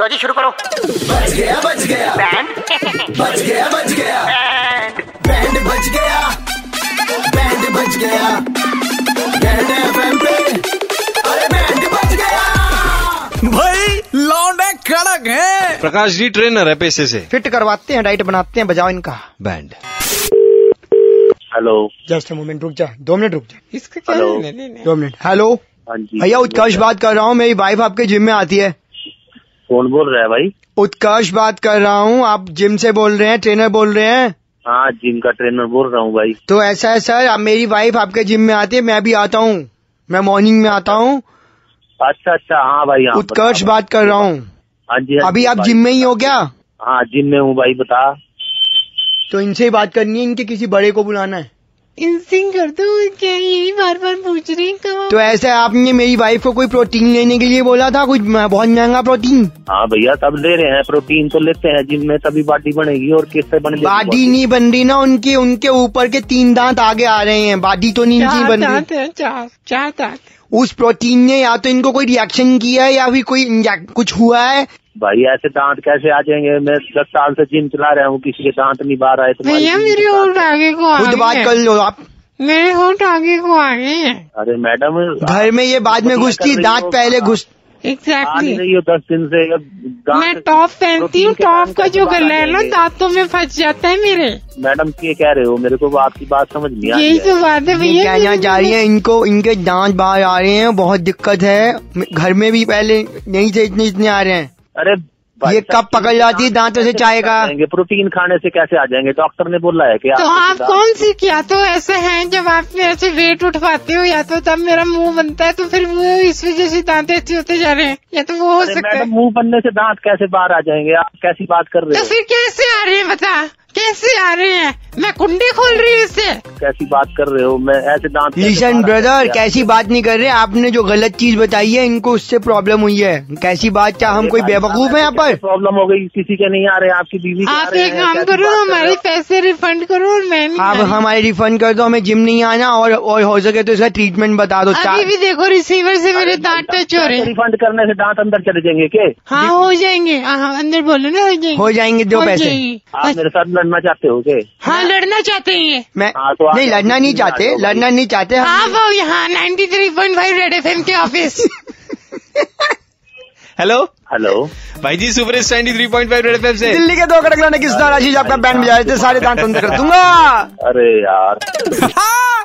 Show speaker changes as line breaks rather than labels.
लो जी शुरू करो
बच गया बच गया
बैंड
बच गया बच गया
बैंड
बैंड बच गया बैंड बच गया बैंड एफएम पे अरे बैंड बच गया
भाई लौंडे कड़क है
प्रकाश जी ट्रेनर है पेशे से
फिट करवाते हैं डाइट बनाते हैं बजाओ इनका
बैंड
हेलो
जस्ट मोमेंट रुक जा दो मिनट रुक जा
तो
इसका क्या
हेलो।
लेने देने?
दो मिनट हेलो
हाँ जी
भैया उत्कर्ष बात कर रहा हूँ मेरी वाइफ आपके जिम में आती है
कौन बोल रहा है भाई
उत्कर्ष बात कर रहा हूँ आप जिम से बोल रहे हैं ट्रेनर बोल रहे हैं
हाँ जिम का ट्रेनर बोल रहा हूँ भाई
तो ऐसा है सर आप मेरी वाइफ आपके जिम में आती है मैं भी आता हूँ मैं मॉर्निंग में आता हूँ
अच्छा अच्छा हाँ भाई हाँ
उत्कर्ष
बता।
बात कर रहा हूँ
हाँ जी हाँ
अभी
जी,
आप
भाई।
जिम में ही हो क्या
हाँ जिम में हूँ भाई बता
तो इनसे ही बात करनी है इनके किसी बड़े को बुलाना है
इंसिंग कर दो क्या यही तो बार बार पूछ रही हैं कब
तो ऐसा है आपने मेरी वाइफ को कोई प्रोटीन लेने के लिए बोला था कुछ म- बहुत महंगा प्रोटीन
हाँ भैया सब ले रहे हैं प्रोटीन तो लेते हैं जिम में तभी बाडी बनेगी और कैसे बन
बाडी नहीं बन रही ना उनकी उनके ऊपर के तीन दांत आगे आ रहे हैं बाडी तो नहीं इनकी
चार
बन रही
दांत हैं चार चार दांत
उस प्रोटीन ने या तो इनको कोई रिएक्शन किया है या फिर कोई इंजेक्ट कुछ हुआ है
भाई ऐसे दांत कैसे आ जाएंगे मैं दस साल से जिम चला रहा हूँ किसी के दांत नहीं बाहर आए तुम्हारे
भैया
जिम के
मेरे
दांत-
होंठ आगे को आ
खुद
गए
बात
हैं।
कर लो आप
मेरे होंठ आगे को आ गए हैं
अरे मैडम
घर में ये बाद में
बढ़िया
घुसती
कर रही
दांत
हो,
पहले
आप
घुस
आ हाँ नहीं
एग्जैक्टली
रही हो दस दिन से ये दांत-
मैं टॉप पहनती
प्रोटीन
हूँ
के
टॉप
दांत
का
कैसे
जो
बाहर आ हाँ
गला है ना
जाएंगे?
दांतों में फंस जाता है मेरे
मैडम ये कह रहे हो मेरे को वो आपकी बात समझ नहीं आ रही
यही तो बात है
ये
भैया
कहना चाह रही है इनको इनके दांत बाहर आ रहे हैं बहुत दिक्कत है घर में भी पहले नहीं थे इतने इतने आ रहे हैं
अरे भाई
ये
साहब,
कब पकड़ जाती है दांतों से
कैसे
चाय का?
आ जाएंगे? प्रोटीन खाने से कैसे आ जाएंगे डॉक्टर ने बोला है कि
तो
आपको
आप
दांत-
कौन सी क्या तो ऐसे हैं जब आप मेरे से वेट उठवाते हो या तो तब मेरा मुंह बनता है तो फिर मुंह इस वजह से दांत ऐसे होते जा रहे हैं या तो वो हो
अरे
सकता है
मैडम मुंह बनने से दांत कैसे बाहर आ जाएंगे आप कैसी बात कर रहे
तो
हो
फिर कैसे आ रहे हैं बता कैसे आ रहे हैं मैं कुंडी खोल रही हूँ इससे
कैसी बात कर रहे हो मैं ऐसे दांत कैसे
लिसन
तो बाहर आ
ब्रदर
जाएंगे?
कैसी बात नहीं कर रहे आपने जो गलत चीज बताई है इनको उससे प्रॉब्लम हुई है कैसी बात क्या हम
अरे
कोई
भाई साहब,
बेवकूफ है यहाँ
ऐसे
पर
कैसे प्रॉब्लम हो गई किसी के नहीं आ रहे आपकी बीवी के आ
आप
रहे
एक
हैं,
काम
कैसी
करो
तो
बात कर रहे
हमारे
हो?
पैसे रिफंड करो और मैं नहीं
आप
आ रही।
हमारे रिफंड कर दो हमें जिम नहीं आना और और हो सके तो इसका ट्रीटमेंट बता दो
अभी
चार
भी देखो रिसीवर से मेरे
अरे
दांत
भाई
टच हो
साहब,
रहे हैं
रिफंड करने से दांत अंदर चले जाएंगे के
हाँ हो जाएंगे हाँ अंदर बोलो ना हो जाएंगे
हो जाएंगे दो
हो
पैसे
जाएंगे।
आप मेरे साथ लड़ना चाहते हो के
हाँ लड़ना चाहते हैं ये।
मैं
हाँ, तो आप
नहीं लड़ना नहीं
आप
चाहते
आप
लड़ना नहीं चाहते हम
आप आओ यहाँ ninety three point five red F के ऑफिस
हेलो
हेलो
भाई जी सुपर हिट्स 93.5 रेड एफएम से
दिल्ली के दो कड़क लाने किस तरह राजीव आपका बैंड
हाँ।
बजा रहे थे सारे दांत बंद कर दूंगा
अरे यार
हाँ,